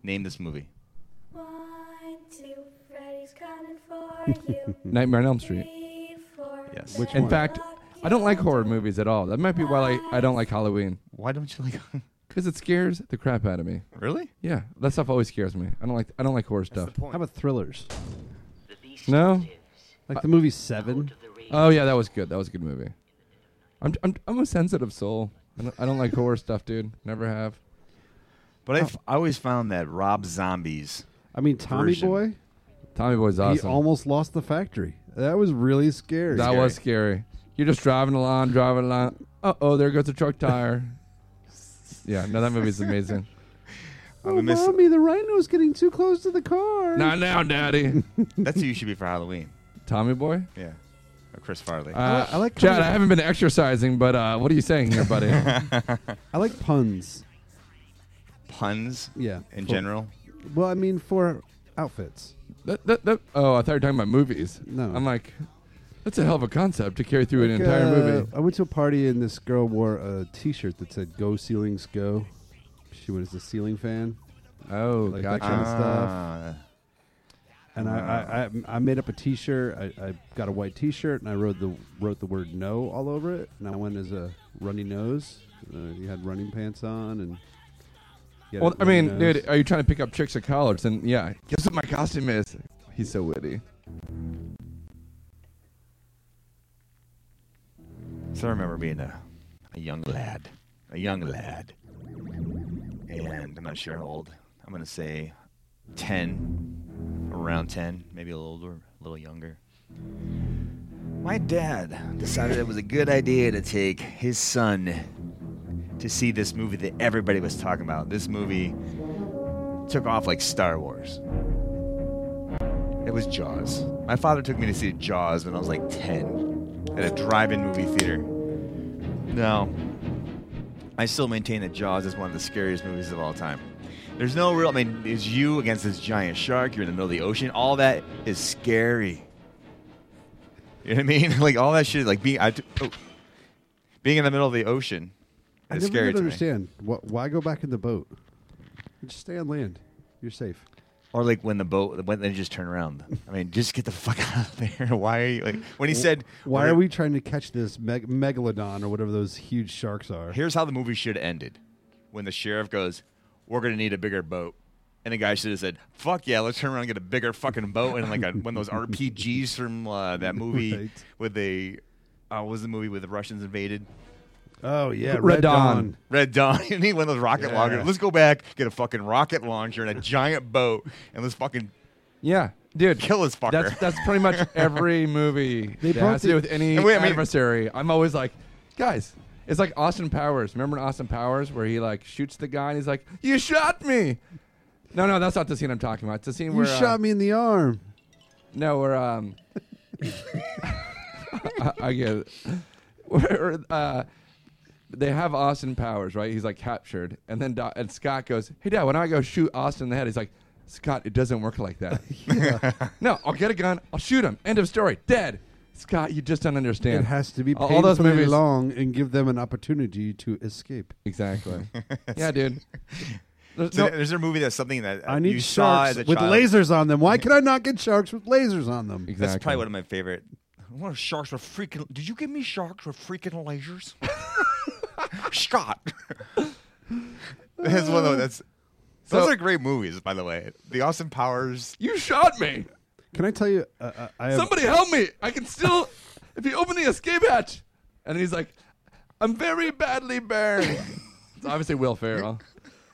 [SPEAKER 1] Name this movie.
[SPEAKER 6] One, two, Freddy's coming for you.
[SPEAKER 2] Nightmare on Elm Street.
[SPEAKER 6] Three, four,
[SPEAKER 1] Yes.
[SPEAKER 3] Which
[SPEAKER 2] In
[SPEAKER 3] one?
[SPEAKER 2] fact, I don't like horror movies at all. That might be why I, I don't like Halloween
[SPEAKER 1] Why don't you like?
[SPEAKER 2] because it scares the crap out of me.
[SPEAKER 1] really?
[SPEAKER 2] Yeah, that stuff always scares me. I don't like I don't like horror stuff.
[SPEAKER 3] How about thrillers?
[SPEAKER 7] The beast
[SPEAKER 2] No?
[SPEAKER 7] lives.
[SPEAKER 3] Like
[SPEAKER 1] Uh,
[SPEAKER 3] the movie Seven.
[SPEAKER 7] Out of the rage.
[SPEAKER 2] Oh yeah, that was good. That was a good movie. I'm I'm, I'm a sensitive soul. I don't, I don't like horror stuff, dude. Never have.
[SPEAKER 1] But I,
[SPEAKER 3] Uh,
[SPEAKER 1] f- I always found that Rob Zombies.
[SPEAKER 3] I mean, Tommy
[SPEAKER 1] Version.
[SPEAKER 3] Boy.
[SPEAKER 2] Tommy Boy's
[SPEAKER 3] He
[SPEAKER 2] awesome.
[SPEAKER 3] almost lost the factory. That was really scary.
[SPEAKER 2] that was scary. You're just driving along, driving along. Uh oh, there goes a truck tire. yeah, no, that movie's amazing.
[SPEAKER 1] I'm
[SPEAKER 3] oh,
[SPEAKER 1] a miss-
[SPEAKER 3] mommy, the rhino's getting too close to the car.
[SPEAKER 2] Not now, Daddy.
[SPEAKER 1] That's who you should be for Halloween.
[SPEAKER 2] Tommy Boy.
[SPEAKER 1] Yeah. Or Chris Farley.
[SPEAKER 2] Uh,
[SPEAKER 3] I like
[SPEAKER 2] Chad.
[SPEAKER 3] comedy.
[SPEAKER 2] I haven't been exercising, but uh, what are you saying here, buddy?
[SPEAKER 3] I like puns.
[SPEAKER 1] Puns
[SPEAKER 3] Yeah.
[SPEAKER 1] in
[SPEAKER 3] for-
[SPEAKER 1] general.
[SPEAKER 3] Well, I mean, for outfits.
[SPEAKER 2] That, that, that, oh, I thought you were talking about movies.
[SPEAKER 3] No.
[SPEAKER 2] I'm like, that's a hell of a concept to carry through an
[SPEAKER 3] Like,
[SPEAKER 2] entire
[SPEAKER 3] uh,
[SPEAKER 2] movie.
[SPEAKER 3] I went to a party and this girl wore a T-shirt that said "Go ceilings, go." She was a ceiling fan,
[SPEAKER 2] Oh,
[SPEAKER 3] like
[SPEAKER 2] gotcha.
[SPEAKER 3] that kind of stuff.
[SPEAKER 1] Ah.
[SPEAKER 3] And I, I, I, I made up a T-shirt. I, I got a white T-shirt and I wrote the wrote the word no all over it. And I went as a runny nose. Uh, you had running pants on and. you had
[SPEAKER 2] well,
[SPEAKER 3] a
[SPEAKER 2] I
[SPEAKER 3] runny
[SPEAKER 2] mean,
[SPEAKER 3] nose.
[SPEAKER 2] dude, are you trying to pick up chicks at college? Then yeah, guess what my costume is? He's so witty.
[SPEAKER 1] So I remember being a, a young lad, a young lad, and I'm not sure how old. I'm gonna say ten, around ten, maybe a little older, a little younger. My dad decided it was a good idea to take his son to see this movie that everybody was talking about. This movie took off like Star Wars. It was Jaws. My father took me to see Jaws when I was like 10 at a drive in movie theater. Now, I still maintain that Jaws is one of the scariest movies of all time. There's no real, I mean, it's you against this giant shark, you're in the middle of the ocean. All that is scary. You know what I mean? Like, all that shit, like being, I, oh, being in the middle of the ocean
[SPEAKER 3] I
[SPEAKER 1] is
[SPEAKER 3] never
[SPEAKER 1] scary
[SPEAKER 3] did
[SPEAKER 1] to me.
[SPEAKER 3] understand what, why go back in the boat. Just stay on land. You're safe.
[SPEAKER 1] Or like when the boat, when they just turn around. I mean, just get the fuck out of there. Why are you like? When he said,
[SPEAKER 3] Why
[SPEAKER 1] when
[SPEAKER 3] are
[SPEAKER 1] it-
[SPEAKER 3] we trying to catch this meg- megalodon or whatever those huge sharks are?
[SPEAKER 1] Here's how the movie should have ended. When the sheriff goes, "We're gonna need a bigger boat," and the guy should have said, "Fuck yeah, let's turn around and get a bigger fucking boat." And like a, one of those RPGs from uh, that movie
[SPEAKER 3] Right.
[SPEAKER 1] with the, uh, what was the movie with the Russians invaded?
[SPEAKER 3] Oh yeah,
[SPEAKER 2] Red
[SPEAKER 3] Red
[SPEAKER 2] Dawn.
[SPEAKER 3] Dawn.
[SPEAKER 1] Red Dawn. You need one of those rocket
[SPEAKER 3] Yeah.
[SPEAKER 1] launchers. Let's go back, get a fucking rocket launcher and a giant boat, and let's fucking
[SPEAKER 2] Yeah, dude,
[SPEAKER 1] kill this fucker.
[SPEAKER 2] That's that's pretty much every movie
[SPEAKER 3] They
[SPEAKER 2] that
[SPEAKER 3] brought
[SPEAKER 2] has
[SPEAKER 3] the-
[SPEAKER 2] to do with any
[SPEAKER 1] And wait, I mean-
[SPEAKER 2] adversary. I'm always like, guys. It's like Austin Powers. Remember in Austin Powers where he like shoots the guy and he's like, "You shot me." No, no, that's not the scene I'm talking about. It's the scene
[SPEAKER 3] You
[SPEAKER 2] where uh,
[SPEAKER 3] shot me in the arm.
[SPEAKER 2] No, where um, I, I get it. Where uh, they have Austin Powers, right? He's like captured, and then Do- and Scott goes, "Hey, Dad, when I go shoot Austin in the head, he's like." Scott, it doesn't work like that. no, I'll get a gun. I'll shoot him. End of story. Dead. Scott, you just don't understand.
[SPEAKER 3] It has to be
[SPEAKER 2] All-
[SPEAKER 3] painfully
[SPEAKER 2] all those movies-
[SPEAKER 3] long and give them an opportunity to escape.
[SPEAKER 2] Exactly. yeah, dude. There's
[SPEAKER 1] So
[SPEAKER 2] no-
[SPEAKER 1] there- there's a movie that's something that uh,
[SPEAKER 3] I need
[SPEAKER 1] you saw
[SPEAKER 3] sharks
[SPEAKER 1] as a
[SPEAKER 3] with
[SPEAKER 1] child.
[SPEAKER 3] lasers on them. Why can I not get sharks with lasers on them?
[SPEAKER 2] exactly.
[SPEAKER 1] That's probably one of my favorite. What if sharks were freaking? Did you give me sharks with freaking lasers? Scott. that's one of that's. Those
[SPEAKER 2] So-
[SPEAKER 1] are great movies, by the way. The Austin Powers.
[SPEAKER 2] You shot me.
[SPEAKER 3] Can I tell you? Uh, uh, I have,
[SPEAKER 2] Somebody help me! I can still, if you open the escape hatch, and he's like, "I'm very badly burned." it's obviously Will Ferrell.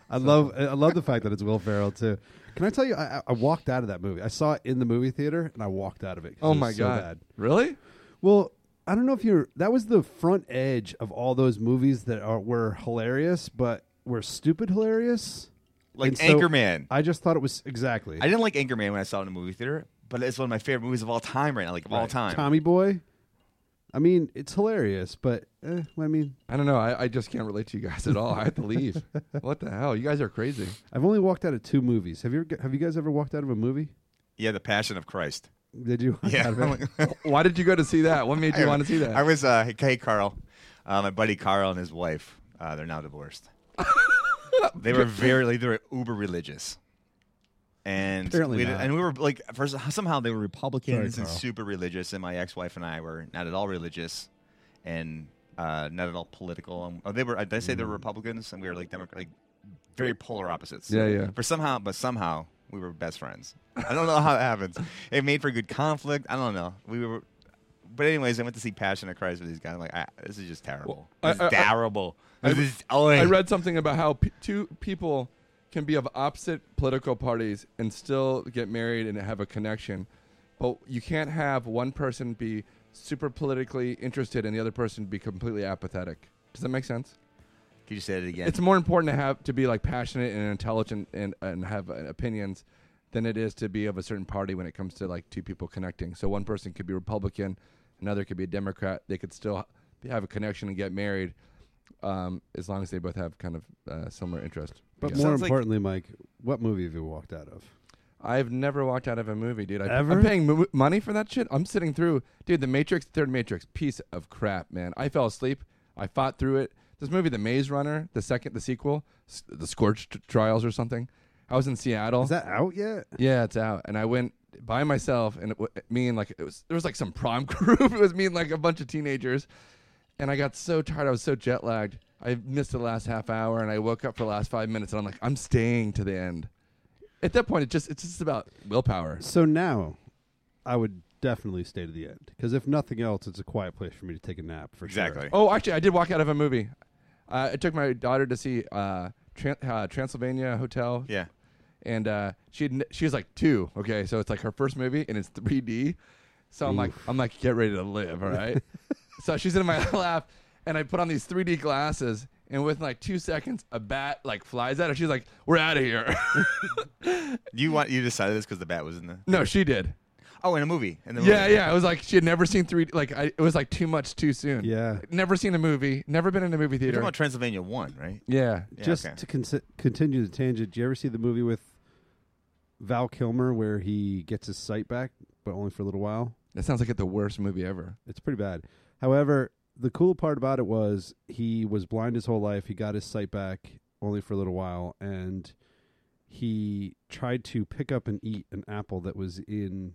[SPEAKER 3] I love I love the fact that it's Will Ferrell too. Can I tell you? I, I- I walked out of that movie. I saw it in the movie theater and I walked out of it. 'cause
[SPEAKER 2] Oh
[SPEAKER 3] it was
[SPEAKER 2] my
[SPEAKER 3] so
[SPEAKER 2] god!
[SPEAKER 3] bad.
[SPEAKER 2] Really?
[SPEAKER 3] Well, I don't know if you're. That was the front edge of all those movies that are were hilarious, but were stupid hilarious.
[SPEAKER 1] Like
[SPEAKER 3] And so
[SPEAKER 1] Anchorman.
[SPEAKER 3] I just thought it was exactly.
[SPEAKER 1] I didn't like Anchorman when I saw it in the movie theater, but it's one of my favorite movies of all time right now, like of all time.
[SPEAKER 3] Tommy Boy. I mean, it's hilarious, but eh, I mean,
[SPEAKER 2] I don't know. I, I just can't relate to you guys at all. I have to leave. what the hell? You guys are crazy.
[SPEAKER 3] I've only walked out of two movies. Have you ever, have you guys ever walked out of a movie?
[SPEAKER 1] Yeah, The Passion of Christ.
[SPEAKER 3] Did you? walk
[SPEAKER 1] Yeah.
[SPEAKER 3] out of it?
[SPEAKER 2] Why did you go to see that? What made you want to see that?
[SPEAKER 1] I was uh, hey, hey Carl, uh, my buddy Carl and his wife. Uh, they're now divorced. they were very they were uber religious, and
[SPEAKER 3] Apparently
[SPEAKER 1] we did-
[SPEAKER 3] not.
[SPEAKER 1] and we were like first somehow they were Republicans and
[SPEAKER 3] Carl.
[SPEAKER 1] super religious, and my ex wife and I were not at all religious, and uh, not at all political. Um, oh, they were did I say they
[SPEAKER 2] Mm.
[SPEAKER 1] were Republicans and we were like Democrat, like very polar opposites.
[SPEAKER 2] Yeah, yeah.
[SPEAKER 1] But somehow, but somehow we were best friends. I don't know how it happens. It made for good conflict. I don't know. We were, but anyways, I went to see Passion of Christ with these guys. I'm like, I, this is just terrible.
[SPEAKER 2] Well,
[SPEAKER 1] this
[SPEAKER 2] I-
[SPEAKER 1] is
[SPEAKER 2] I- I-
[SPEAKER 1] terrible.
[SPEAKER 2] I-
[SPEAKER 1] this is, oh, oi.
[SPEAKER 2] I read something about how p- two people can be of opposite political parties and still get married and have a connection, but you can't have one person be super politically interested and the other person be completely apathetic. Does that make sense?
[SPEAKER 1] Can you say it again?
[SPEAKER 2] It's more important to have to be like passionate and intelligent and and have uh, opinions than it is to be of a certain party when it comes to like two people connecting. So one person could be Republican, another could be a Democrat. They could still h- have a connection and get married, um, as long as they both have kind of uh, similar interest.
[SPEAKER 3] But
[SPEAKER 2] Yeah.
[SPEAKER 3] more
[SPEAKER 1] Sounds like-
[SPEAKER 3] importantly, Mike, what movie have you walked out of?
[SPEAKER 2] I've never walked out of a movie, dude. I,
[SPEAKER 3] Ever?
[SPEAKER 2] I'm paying mo- money for that shit. I'm sitting through, dude. The Matrix, Third Matrix, piece of crap, man. I fell asleep. I fought through it. This movie, The Maze Runner, the second, the sequel, s- the Scorched Trials or something. I was in
[SPEAKER 1] Oh.
[SPEAKER 2] Seattle.
[SPEAKER 3] Is that out yet?
[SPEAKER 2] yeah, it's out. And I went by myself, and it w- me and like it was there was like some prom group. it was me and like a bunch of teenagers, and I got so tired. I was so jet lagged. I missed the last half hour, and I woke up for the last five minutes, and I'm like, I'm staying to the end. At that point, it just it's just about willpower.
[SPEAKER 3] So now, I would definitely stay to the end because if nothing else, it's a quiet place for me to take a nap for
[SPEAKER 1] exactly.
[SPEAKER 3] sure.
[SPEAKER 2] Oh, actually, I did walk out of a movie. Uh, I took my daughter to see uh, Tran- uh, Transylvania Hotel.
[SPEAKER 1] Yeah.
[SPEAKER 2] And uh, she had, n- she was like two. Okay, so it's like her first movie, and it's 3D. So I'm like, I'm like, get ready to live, all right. so she's in my lap, and I put on these 3D glasses, and within like two seconds, a bat like flies at her. She's like, we're out of here.
[SPEAKER 1] You want you decided this because the bat was in the
[SPEAKER 2] no, she did.
[SPEAKER 1] oh in a movie in the
[SPEAKER 2] Yeah,
[SPEAKER 1] movie.
[SPEAKER 2] yeah. It was like she had never seen 3D. Like I, it was like too much too soon.
[SPEAKER 3] Yeah.
[SPEAKER 2] Never seen a movie. Never been in a movie
[SPEAKER 1] You're talking
[SPEAKER 2] theater.
[SPEAKER 1] about Transylvania One, right?
[SPEAKER 2] yeah.
[SPEAKER 1] Yeah,
[SPEAKER 3] Just
[SPEAKER 1] okay.
[SPEAKER 3] to con- continue the tangent, do you ever see the movie with Val Kilmer where he gets his sight back, but only for a little while?
[SPEAKER 2] That sounds like it the worst movie ever.
[SPEAKER 3] It's pretty bad. However, the cool part about it was he was blind his whole life. He got his sight back only for a little while, and he tried to pick up and eat an apple that was in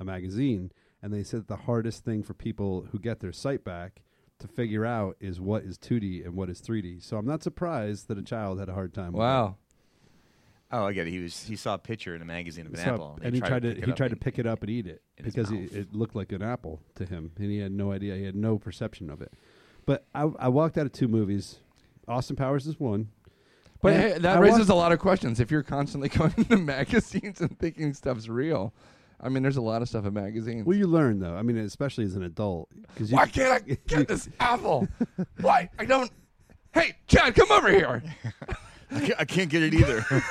[SPEAKER 3] a magazine. And they said the hardest thing for people who get their sight back to figure out is what is 2D and what is 3D. So I'm not surprised that a child had a hard time. with
[SPEAKER 2] Wow.
[SPEAKER 1] Oh, I get it. He was he saw a picture in a magazine of
[SPEAKER 3] it.
[SPEAKER 1] an
[SPEAKER 3] So-
[SPEAKER 1] apple,
[SPEAKER 3] and, he tried to,
[SPEAKER 1] pick it
[SPEAKER 3] he
[SPEAKER 1] up
[SPEAKER 3] tried to
[SPEAKER 1] and-
[SPEAKER 3] pick it up and eat it
[SPEAKER 1] in his
[SPEAKER 3] because
[SPEAKER 1] mouth.
[SPEAKER 3] it, it looked like an apple to him, and he had no idea. He had no perception of it. But I, I walked out of two movies. Austin Powers is one.
[SPEAKER 2] But
[SPEAKER 3] And
[SPEAKER 2] hey, that
[SPEAKER 3] I
[SPEAKER 2] raises
[SPEAKER 3] walked-
[SPEAKER 2] a lot of questions. If you're constantly going into magazines and thinking stuff's real, I mean, there's a lot of stuff in magazines.
[SPEAKER 3] Well, you learn though. I mean, especially as an adult, because you
[SPEAKER 2] Why can't I get this apple? Why I don't? Hey, Chad, come over here.
[SPEAKER 1] I can't, I can't get it either.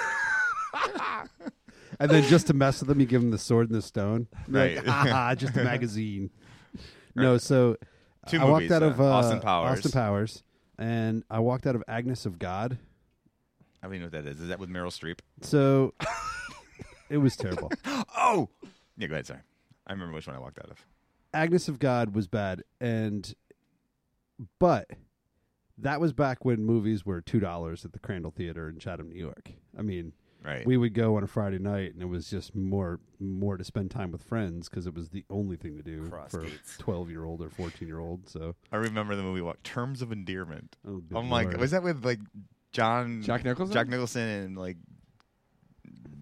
[SPEAKER 3] and then just to mess with them, you give them the sword and the stone. You're like,
[SPEAKER 1] Right.
[SPEAKER 3] "Ah, ah, just a magazine. no, so
[SPEAKER 1] Two
[SPEAKER 3] I walked
[SPEAKER 1] movies,
[SPEAKER 3] out of
[SPEAKER 1] uh,
[SPEAKER 3] uh,
[SPEAKER 1] Austin Powers.
[SPEAKER 3] Austin Powers, and I walked out of Agnes of God.
[SPEAKER 1] I don't even know what that is. Is that with Meryl Streep?
[SPEAKER 3] So it was terrible.
[SPEAKER 1] Oh, yeah. Go ahead. Sorry, I remember which one I walked out of.
[SPEAKER 3] Agnes of God was bad, and but that was back when movies were two dollars at the Crandall Theater in Chatham, New York. I mean,
[SPEAKER 1] Right.
[SPEAKER 3] we would go on a Friday night, and it was just more more to spend time with friends because it was the only thing to do
[SPEAKER 1] Cross
[SPEAKER 3] for
[SPEAKER 1] gates.
[SPEAKER 3] twelve year old or fourteen year old. So
[SPEAKER 1] I remember the movie Walk. Terms of Endearment.
[SPEAKER 3] Oh, good
[SPEAKER 1] Oh my!
[SPEAKER 3] lord.
[SPEAKER 1] God. Was that with like John
[SPEAKER 2] Jack Nicholson?
[SPEAKER 1] Jack Nicholson and like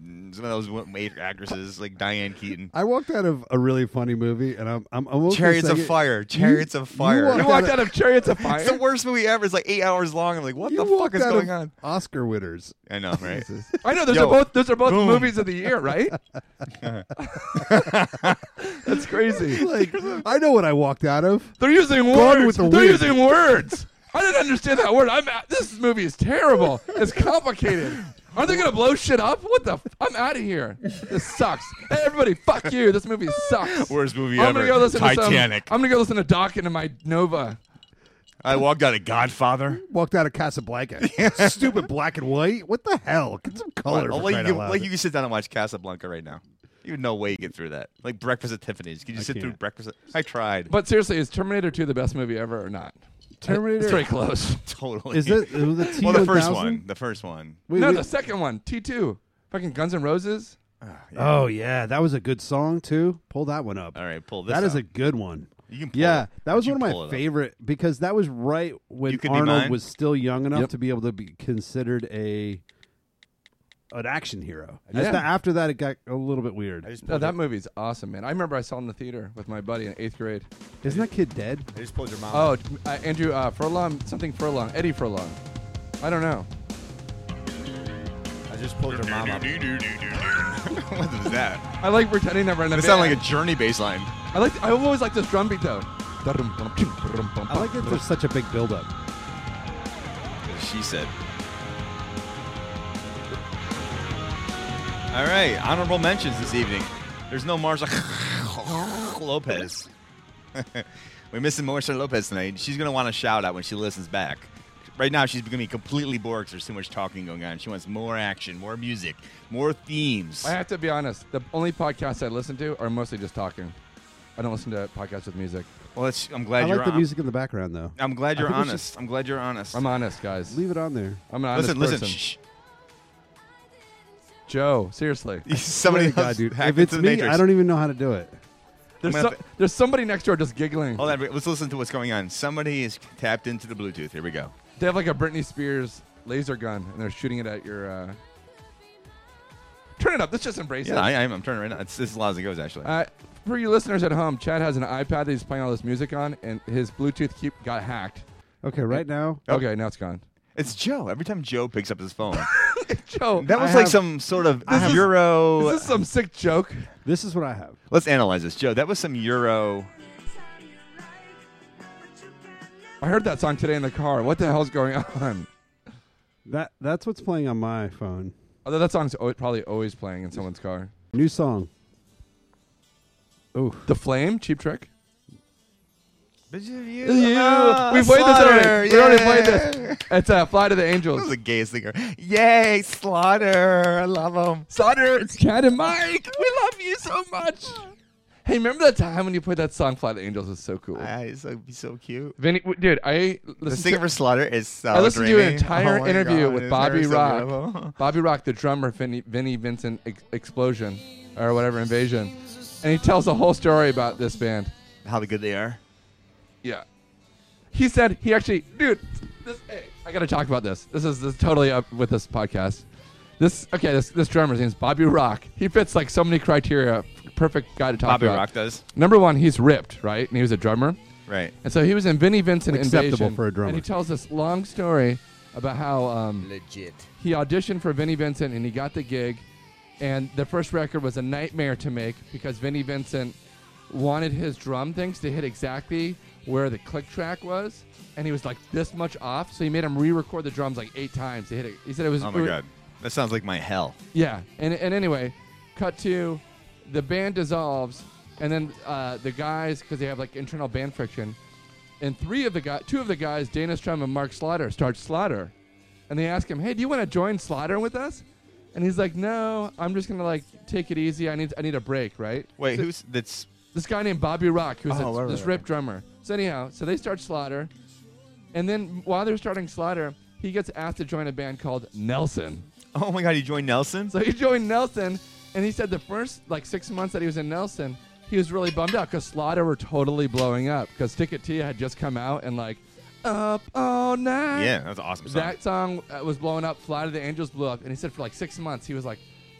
[SPEAKER 1] mm, some of those wo- ma- actresses like Diane Keaton.
[SPEAKER 3] I walked out of a really funny movie, and I'm I'm almost gonna
[SPEAKER 1] Chariots
[SPEAKER 3] say
[SPEAKER 1] of
[SPEAKER 3] it.
[SPEAKER 1] Fire. Chariots of Fire.
[SPEAKER 3] walked
[SPEAKER 2] You walked out of Chariots of Fire.
[SPEAKER 1] It's the worst movie ever. It's like eight hours long. I'm like, what
[SPEAKER 3] You
[SPEAKER 1] the fuck
[SPEAKER 3] walked
[SPEAKER 1] is
[SPEAKER 3] out
[SPEAKER 1] going
[SPEAKER 3] of
[SPEAKER 1] on?
[SPEAKER 3] Oscar winners.
[SPEAKER 1] I know, right?
[SPEAKER 2] I know those
[SPEAKER 1] Yo,
[SPEAKER 2] are both those are both
[SPEAKER 1] boom.
[SPEAKER 2] movies of the year, right? That's crazy.
[SPEAKER 3] like I know what I walked out of.
[SPEAKER 2] They're using
[SPEAKER 3] Gone
[SPEAKER 2] words.
[SPEAKER 3] with the
[SPEAKER 2] They're
[SPEAKER 3] Wind.
[SPEAKER 2] using words. I didn't understand that word. I'm out. this movie is terrible. It's complicated. Are they gonna blow shit up? What the? F- I'm out of here. This sucks. Hey, everybody, fuck you. This movie sucks.
[SPEAKER 1] Worst movie
[SPEAKER 2] I'm
[SPEAKER 1] ever.
[SPEAKER 2] gonna go listen
[SPEAKER 1] Titanic.
[SPEAKER 2] to some, I'm gonna go listen to Doc into my Nova.
[SPEAKER 1] I walked out of Godfather.
[SPEAKER 3] Walked out of Casablanca. Stupid black and white. What the hell? Get some color.
[SPEAKER 1] I'll
[SPEAKER 3] for
[SPEAKER 1] let you
[SPEAKER 3] crying
[SPEAKER 1] get-
[SPEAKER 3] out loud.
[SPEAKER 1] like you can sit down and watch Casablanca right now. You have no way you get through that. Like Breakfast at Tiffany's. Can you
[SPEAKER 3] I
[SPEAKER 1] sit through
[SPEAKER 3] can't.
[SPEAKER 1] Breakfast? At- I tried.
[SPEAKER 2] But seriously, is Terminator 2 the best movie ever or not? It's
[SPEAKER 3] Terminator.
[SPEAKER 2] pretty close.
[SPEAKER 1] totally.
[SPEAKER 3] Is it uh, the T
[SPEAKER 1] well, the first one. The first one.
[SPEAKER 2] no, the second one, T2, fucking Guns N' Roses.
[SPEAKER 3] Oh yeah, that was a good song too. Pull that one up.
[SPEAKER 1] All right, pull this.
[SPEAKER 3] That is
[SPEAKER 1] up.
[SPEAKER 3] a good one.
[SPEAKER 1] You can pull
[SPEAKER 3] Yeah,
[SPEAKER 1] it.
[SPEAKER 3] that was
[SPEAKER 1] You
[SPEAKER 3] one of
[SPEAKER 1] pull it
[SPEAKER 3] my
[SPEAKER 1] up.
[SPEAKER 3] favorite because that was right when
[SPEAKER 1] You Could Be Mine?
[SPEAKER 3] Arnold was still young enough
[SPEAKER 2] Yep.
[SPEAKER 3] to be able to be considered a an action hero. And
[SPEAKER 2] Yeah.
[SPEAKER 3] that's the- after that, it got a little bit
[SPEAKER 5] I
[SPEAKER 3] weird.
[SPEAKER 5] just
[SPEAKER 2] No,
[SPEAKER 5] pulled
[SPEAKER 2] Oh, that
[SPEAKER 5] her,
[SPEAKER 2] movie's awesome, man. I remember I saw it in the theater with my buddy in eighth grade.
[SPEAKER 3] Isn't that kid dead?
[SPEAKER 5] I just pulled your mom.
[SPEAKER 2] Oh, uh, Andrew uh, Furlong, something Furlong, Eddie Furlong. I don't know.
[SPEAKER 5] I just pulled your mom up.
[SPEAKER 1] what was that?
[SPEAKER 2] I like pretending that we're in a
[SPEAKER 1] That
[SPEAKER 2] band.
[SPEAKER 1] sounded like a Journey bass line.
[SPEAKER 2] I like. I always like this drum beat though.
[SPEAKER 3] I like that there's such a big buildup.
[SPEAKER 1] She said. All right, honorable mentions this evening. There's no Marsha Lopez. We're missing Marsha Lopez tonight. She's gonna want a shout out when she listens back. Right now, she's gonna be completely bored because there's too much talking going on. She wants more action, more music, more themes.
[SPEAKER 2] I have to be honest. The only podcasts I listen to are mostly just talking. I don't listen to podcasts with music.
[SPEAKER 1] Well, that's, I'm glad
[SPEAKER 3] I
[SPEAKER 1] you're
[SPEAKER 3] like the
[SPEAKER 1] on-
[SPEAKER 3] music in the background though.
[SPEAKER 1] I'm glad
[SPEAKER 3] I
[SPEAKER 1] you're
[SPEAKER 3] think it's
[SPEAKER 1] honest.
[SPEAKER 3] just-
[SPEAKER 1] I'm glad you're honest.
[SPEAKER 2] I'm honest, guys.
[SPEAKER 3] Leave it on there.
[SPEAKER 2] I'm an honest
[SPEAKER 1] listen, listen.
[SPEAKER 2] person.
[SPEAKER 1] Shh.
[SPEAKER 2] Joe, seriously.
[SPEAKER 1] Somebody,
[SPEAKER 3] Swear to
[SPEAKER 1] else
[SPEAKER 3] God, dude.
[SPEAKER 1] hacked
[SPEAKER 3] If it's
[SPEAKER 1] into
[SPEAKER 3] me,
[SPEAKER 1] the Matrix.
[SPEAKER 3] I don't even know how to do it.
[SPEAKER 2] There's,
[SPEAKER 1] gonna
[SPEAKER 2] so-
[SPEAKER 1] have to-
[SPEAKER 2] there's somebody next door just giggling.
[SPEAKER 1] Hold on, wait, let's listen to what's going on. Somebody is tapped into the Bluetooth. Here we go.
[SPEAKER 2] They have like a Britney Spears laser gun, and they're shooting it at your. Uh... Turn it up. Let's just embrace
[SPEAKER 1] Yeah, I,
[SPEAKER 2] it.
[SPEAKER 1] I'm, I'm turning right now. It's, it's as loud as it goes, actually.
[SPEAKER 2] uh, for you listeners at home, Chad has an iPad that he's playing all this music on, and his Bluetooth keep got hacked.
[SPEAKER 3] Okay, right now.
[SPEAKER 1] Oh.
[SPEAKER 2] Okay, now it's gone.
[SPEAKER 1] it's Joe. Every time Joe picks up his phone,
[SPEAKER 2] Joe,
[SPEAKER 1] that was
[SPEAKER 3] I
[SPEAKER 1] like
[SPEAKER 3] have-
[SPEAKER 1] some sort of
[SPEAKER 2] This is-
[SPEAKER 1] Euro.
[SPEAKER 2] is this some sick joke?
[SPEAKER 3] This is what I have.
[SPEAKER 1] Let's analyze this, Joe. That was some Euro.
[SPEAKER 2] I heard that song today in the car. What the hell's going on?
[SPEAKER 3] That that's what's playing on my phone.
[SPEAKER 2] Although that song's al- probably always playing in someone's car.
[SPEAKER 3] New song. Oh,
[SPEAKER 2] The Flame, Cheap Trick.
[SPEAKER 1] You, Ah,
[SPEAKER 2] we played this already. We already played this. It's uh, Fly to the
[SPEAKER 1] This is
[SPEAKER 2] Angels.
[SPEAKER 1] the gayest thing ever. Yay, Slaughter. I love him.
[SPEAKER 2] Sutter, it's Chad and Mike. We love you so much. Hey, remember that time when you played that song, Fly to the Angels? was so cool.
[SPEAKER 1] Ah, he's so, he's so cute.
[SPEAKER 2] Vinny, w- dude, I
[SPEAKER 1] The
[SPEAKER 2] listened
[SPEAKER 1] singer
[SPEAKER 2] to-
[SPEAKER 1] for Slaughter is so
[SPEAKER 2] I listened to an
[SPEAKER 1] dreamy.
[SPEAKER 2] entire
[SPEAKER 1] Oh my
[SPEAKER 2] interview
[SPEAKER 1] God,
[SPEAKER 2] with
[SPEAKER 1] it's
[SPEAKER 2] Bobby
[SPEAKER 1] so
[SPEAKER 2] Rock.
[SPEAKER 1] beautiful.
[SPEAKER 2] Bobby Rock, the drummer, Vinny, Vinny Vincent Ex- Explosion, or whatever, Invasion. And he tells the whole story about this band.
[SPEAKER 1] How good they are.
[SPEAKER 2] Yeah. He said he actually, dude. This, hey, I gotta talk about this. This is, this is totally up with this podcast. This okay. This this drummer's name is Bobby Rock. He fits like so many criteria. Perfect guy to talk
[SPEAKER 1] Bobby
[SPEAKER 2] about.
[SPEAKER 1] Rock does.
[SPEAKER 2] Number one, he's ripped, right? And he was a drummer.
[SPEAKER 1] Right.
[SPEAKER 2] And so he was in Vinnie Vincent
[SPEAKER 3] Acceptable
[SPEAKER 2] Invasion.
[SPEAKER 3] for a drummer.
[SPEAKER 2] And he tells this long story about how um,
[SPEAKER 5] Legit.
[SPEAKER 2] he auditioned for Vinnie Vincent and he got the gig. And the first record was a nightmare to make because Vinnie Vincent wanted his drum things to hit exactly where the click track was, and he was like this much off. So he made him re-record the drums like eight times to hit it. He said it was.
[SPEAKER 1] Oh my god, that sounds like my hell.
[SPEAKER 2] Yeah, and and anyway, cut to the band dissolves, and then uh, the guys because they have like internal band friction, and three of the guy, two of the guys, Dana Strum and Mark Slaughter, start Slaughter, and they ask him, "Hey, do you want to join Slaughter with us?" And he's like, "No, I'm just gonna like take it easy. I need I need a break, right?"
[SPEAKER 1] Wait,
[SPEAKER 2] So-
[SPEAKER 1] who's that's?
[SPEAKER 2] this guy named Bobby Rock, who's
[SPEAKER 1] Oh,
[SPEAKER 2] a,
[SPEAKER 1] right, right,
[SPEAKER 2] this
[SPEAKER 1] right.
[SPEAKER 2] rip drummer. So anyhow, so they start Slaughter, and then while they're starting Slaughter, he gets asked to join a band called Nelson.
[SPEAKER 1] Oh my god, you joined Nelson.
[SPEAKER 2] So he joined Nelson, and he said the first like six months that he was in Nelson, he was really bummed out because Slaughter were totally blowing up because Ticket Tia had just come out and like up all night.
[SPEAKER 1] yeah, that's an awesome song.
[SPEAKER 2] That song uh, was blowing up. Fly to the Angels blew up, and he said for like six months he was like,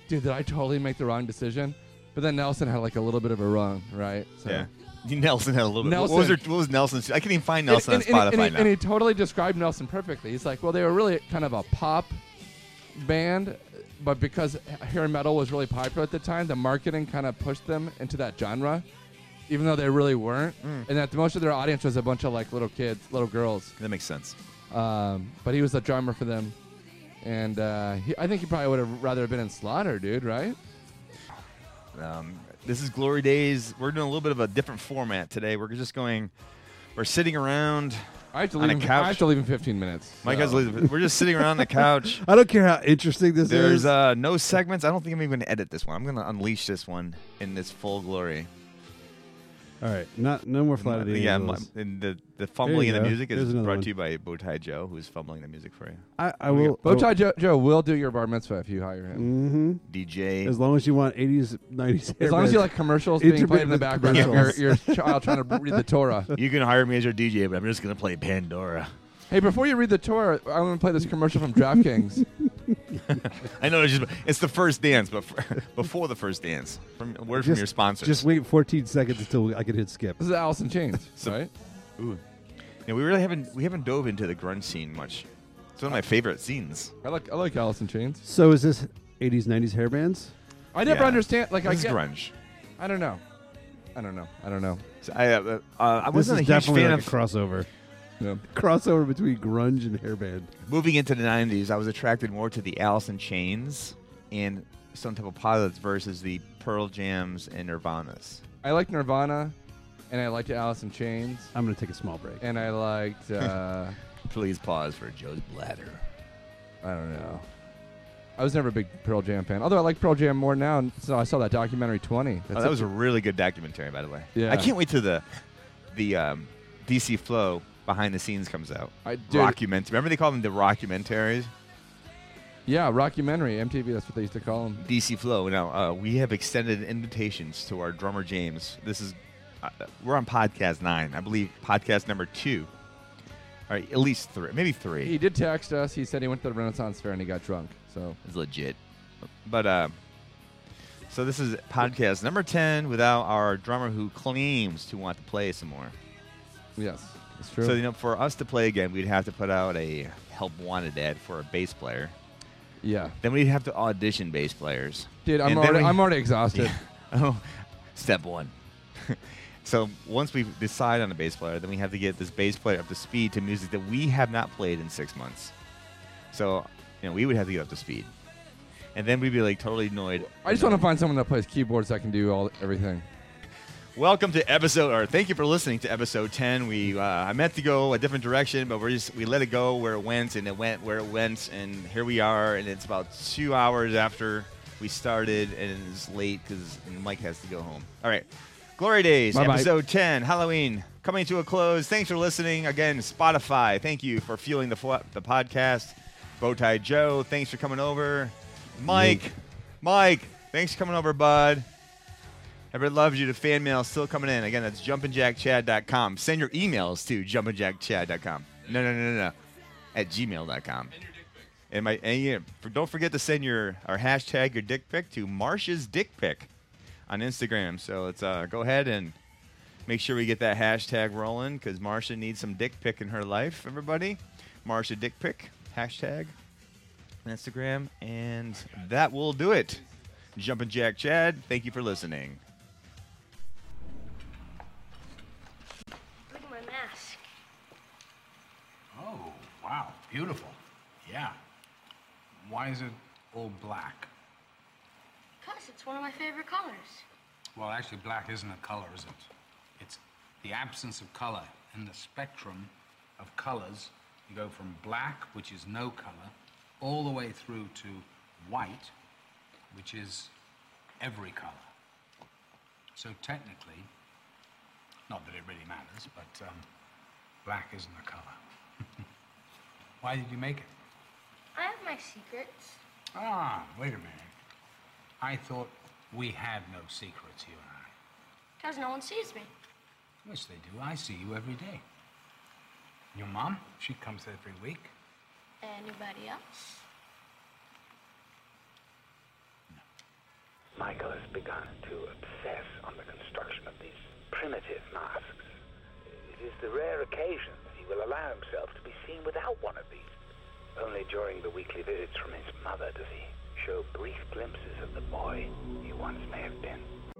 [SPEAKER 2] "Dude, did I totally make the wrong decision?" But then Nelson had like a little bit of a run, right? So.
[SPEAKER 1] yeah. Nelson had a little bit. What
[SPEAKER 2] Nelson.
[SPEAKER 1] was, her, what was Nelson's? I can't even find Nelson
[SPEAKER 2] and, and-
[SPEAKER 1] on Spotify
[SPEAKER 2] and he- and
[SPEAKER 1] now.
[SPEAKER 2] he, totally described Nelson perfectly. He's like, well, they were really kind of a pop band, but because hair metal was really popular at the time, the marketing kind of pushed them into that genre, even though they really weren't.
[SPEAKER 1] Mm.
[SPEAKER 2] And that most of their audience was a bunch of like little kids, little girls.
[SPEAKER 1] that makes sense.
[SPEAKER 2] Um, but he was the drummer for them. And uh, he, I think he probably would have rather been in Slaughter, dude, right?
[SPEAKER 1] Um, this is Glory Days. We're doing a little bit of a different format today. We're just going. We're sitting around.
[SPEAKER 2] I have to
[SPEAKER 1] On
[SPEAKER 2] leave,
[SPEAKER 1] a
[SPEAKER 2] in, I
[SPEAKER 1] couch.
[SPEAKER 2] have to leave in 15 minutes.
[SPEAKER 1] Mike
[SPEAKER 2] so-
[SPEAKER 1] has. leave- We're just sitting around the couch.
[SPEAKER 3] I don't care how interesting this
[SPEAKER 1] There's
[SPEAKER 3] is.
[SPEAKER 1] uh, no segments. I don't think I'm even going to edit this one. I'm going to unleash this one in this full glory.
[SPEAKER 3] All right, not no more flight of the
[SPEAKER 1] yeah,
[SPEAKER 3] Angels.
[SPEAKER 1] my- and the, the
[SPEAKER 3] There
[SPEAKER 1] fumbling
[SPEAKER 3] you
[SPEAKER 1] in the
[SPEAKER 3] go.
[SPEAKER 1] music
[SPEAKER 3] There's
[SPEAKER 1] is
[SPEAKER 3] another
[SPEAKER 1] brought
[SPEAKER 3] one.
[SPEAKER 1] to you by Bowtie Joe, who's fumbling the music for you.
[SPEAKER 3] I, I
[SPEAKER 1] we
[SPEAKER 3] will.
[SPEAKER 2] Bowtie Joe, Joe will do your bar mitzvah if you hire him.
[SPEAKER 3] Mm-hmm.
[SPEAKER 1] DJ.
[SPEAKER 3] As long as you want 80s, 90s.
[SPEAKER 2] As long as you like commercials being played in the
[SPEAKER 3] Intermittent
[SPEAKER 2] background, of your,
[SPEAKER 3] commercials.
[SPEAKER 2] your child trying to read the Torah.
[SPEAKER 1] you can hire me as your DJ, but I'm just going to play Pandora.
[SPEAKER 2] Hey, before you read the Torah, I want to play this commercial from DraftKings.
[SPEAKER 1] I know it's just it's the first dance, but for, before the first dance, from a word from
[SPEAKER 3] Just-
[SPEAKER 1] your sponsors.
[SPEAKER 3] Just wait 14 seconds until I can hit skip.
[SPEAKER 2] this is Alice in Chains,
[SPEAKER 1] So-
[SPEAKER 2] right?
[SPEAKER 1] Ooh. Yeah, we really haven't we haven't dove into the grunge scene much. It's one of my favorite scenes.
[SPEAKER 2] I like I like Alice in Chains.
[SPEAKER 3] So is this 80s, 90s hair bands?
[SPEAKER 2] I never
[SPEAKER 1] Yeah.
[SPEAKER 2] understand. Like
[SPEAKER 1] This
[SPEAKER 2] I
[SPEAKER 1] is
[SPEAKER 2] get,
[SPEAKER 1] grunge.
[SPEAKER 2] I don't know. I don't know. I don't know.
[SPEAKER 1] So I, uh, uh, I
[SPEAKER 3] This
[SPEAKER 1] wasn't
[SPEAKER 3] is
[SPEAKER 1] a huge
[SPEAKER 3] definitely
[SPEAKER 1] fan
[SPEAKER 3] like
[SPEAKER 1] of
[SPEAKER 3] a crossover.
[SPEAKER 2] Yeah.
[SPEAKER 3] Crossover between grunge and hair band.
[SPEAKER 1] moving into the 90s, I was attracted more to the Alice in Chains and some type of pilots versus the Pearl Jams and Nirvanas.
[SPEAKER 2] I liked Nirvana, and I liked Alice in Chains,
[SPEAKER 3] I'm going to take a small break.
[SPEAKER 2] and I liked uh,
[SPEAKER 1] Please pause for Joe's bladder.
[SPEAKER 2] I don't know. I was never a big Pearl Jam fan, although I like Pearl Jam more now. And so I saw that documentary Twenty.
[SPEAKER 1] Oh, that was a really good documentary, by the way.
[SPEAKER 2] Yeah.
[SPEAKER 1] I can't wait till the the um, DC Flow behind the scenes comes out.
[SPEAKER 2] I, dude,
[SPEAKER 1] Rockumentary. Remember they called them the rockumentaries?
[SPEAKER 2] yeah, rockumentary MTV. That's what they used to call them.
[SPEAKER 1] DC Flow. Now uh, we have extended invitations to our drummer James. This is uh, we're on podcast nine, I believe, podcast number two. All right, at least three, maybe three.
[SPEAKER 2] He did text us. He said he went to the Renaissance Fair and he got drunk. So
[SPEAKER 1] It's legit. But uh, so this is podcast number ten without our drummer who claims to want to play some more.
[SPEAKER 2] yes, it's true.
[SPEAKER 1] So you know, for us to play again, we'd have to put out a help wanted ad for a bass player.
[SPEAKER 2] yeah,
[SPEAKER 1] Then we'd have to audition bass players.
[SPEAKER 2] dude, I'm
[SPEAKER 1] And then
[SPEAKER 2] already,
[SPEAKER 1] we-
[SPEAKER 2] I'm already exhausted.
[SPEAKER 1] oh, step one. so once we decide on a bass player, then we have to get this bass player up to speed to music that we have not played in six months. So you know, we would have to get up to speed, and then we'd be like totally annoyed.
[SPEAKER 2] I just want to find someone that plays keyboards that can do all everything.
[SPEAKER 1] Welcome to episode, or thank you for listening to episode ten. We uh, I meant to go a different direction, but we are just we let it go where it went, and it went where it went, and here we are. And it's about two hours after we started, and it's late because Mike has to go home. All right, Glory Days,
[SPEAKER 2] Bye-bye.
[SPEAKER 1] episode ten, Halloween coming to a close. Thanks for listening again, Spotify. Thank you for fueling the fo- the podcast. Bowtie Joe, thanks for coming over. Mike, Mike, thanks for coming over, bud. Everybody loves you. The fan mail is still coming in. Again, that's jumpinjackchad.com. Send your emails to jumpinjackchad.com. No, no, no, no, no. At gmail.com. And my and yeah, for, don't forget to send your or hashtag your dick pic to Marsha's Dick Pic on Instagram. So let's uh, go ahead and make sure we get that hashtag rolling because Marsha needs some dick pic in her life. Everybody, Marsha Dick Pic hashtag on Instagram, and that will do it. Jumpin' Jack Chad, thank you for listening.
[SPEAKER 6] Look at my mask.
[SPEAKER 5] Oh, wow. Beautiful. Yeah. Why is it all black?
[SPEAKER 6] Cause it's one of my favorite colors.
[SPEAKER 5] Well, actually, black isn't a color, is it? It's the absence of color. In the spectrum of colors, you go from black, which is no color, all the way through to white, which is every color. So technically, not that it really matters, but um, black isn't a color. Why did you make it?
[SPEAKER 6] I have my secrets.
[SPEAKER 5] Ah, wait a minute. I thought we had no secrets, you and I.
[SPEAKER 6] Cause no one sees me.
[SPEAKER 5] Yes, they do. I see you every day. Your mom, she comes every week.
[SPEAKER 6] Anybody else?
[SPEAKER 7] Michael has begun to obsess on the construction of these primitive masks. It is the rare occasion that he will allow himself to be seen without one of these. Only during the weekly visits from his mother does he show brief glimpses of the boy he once may have been.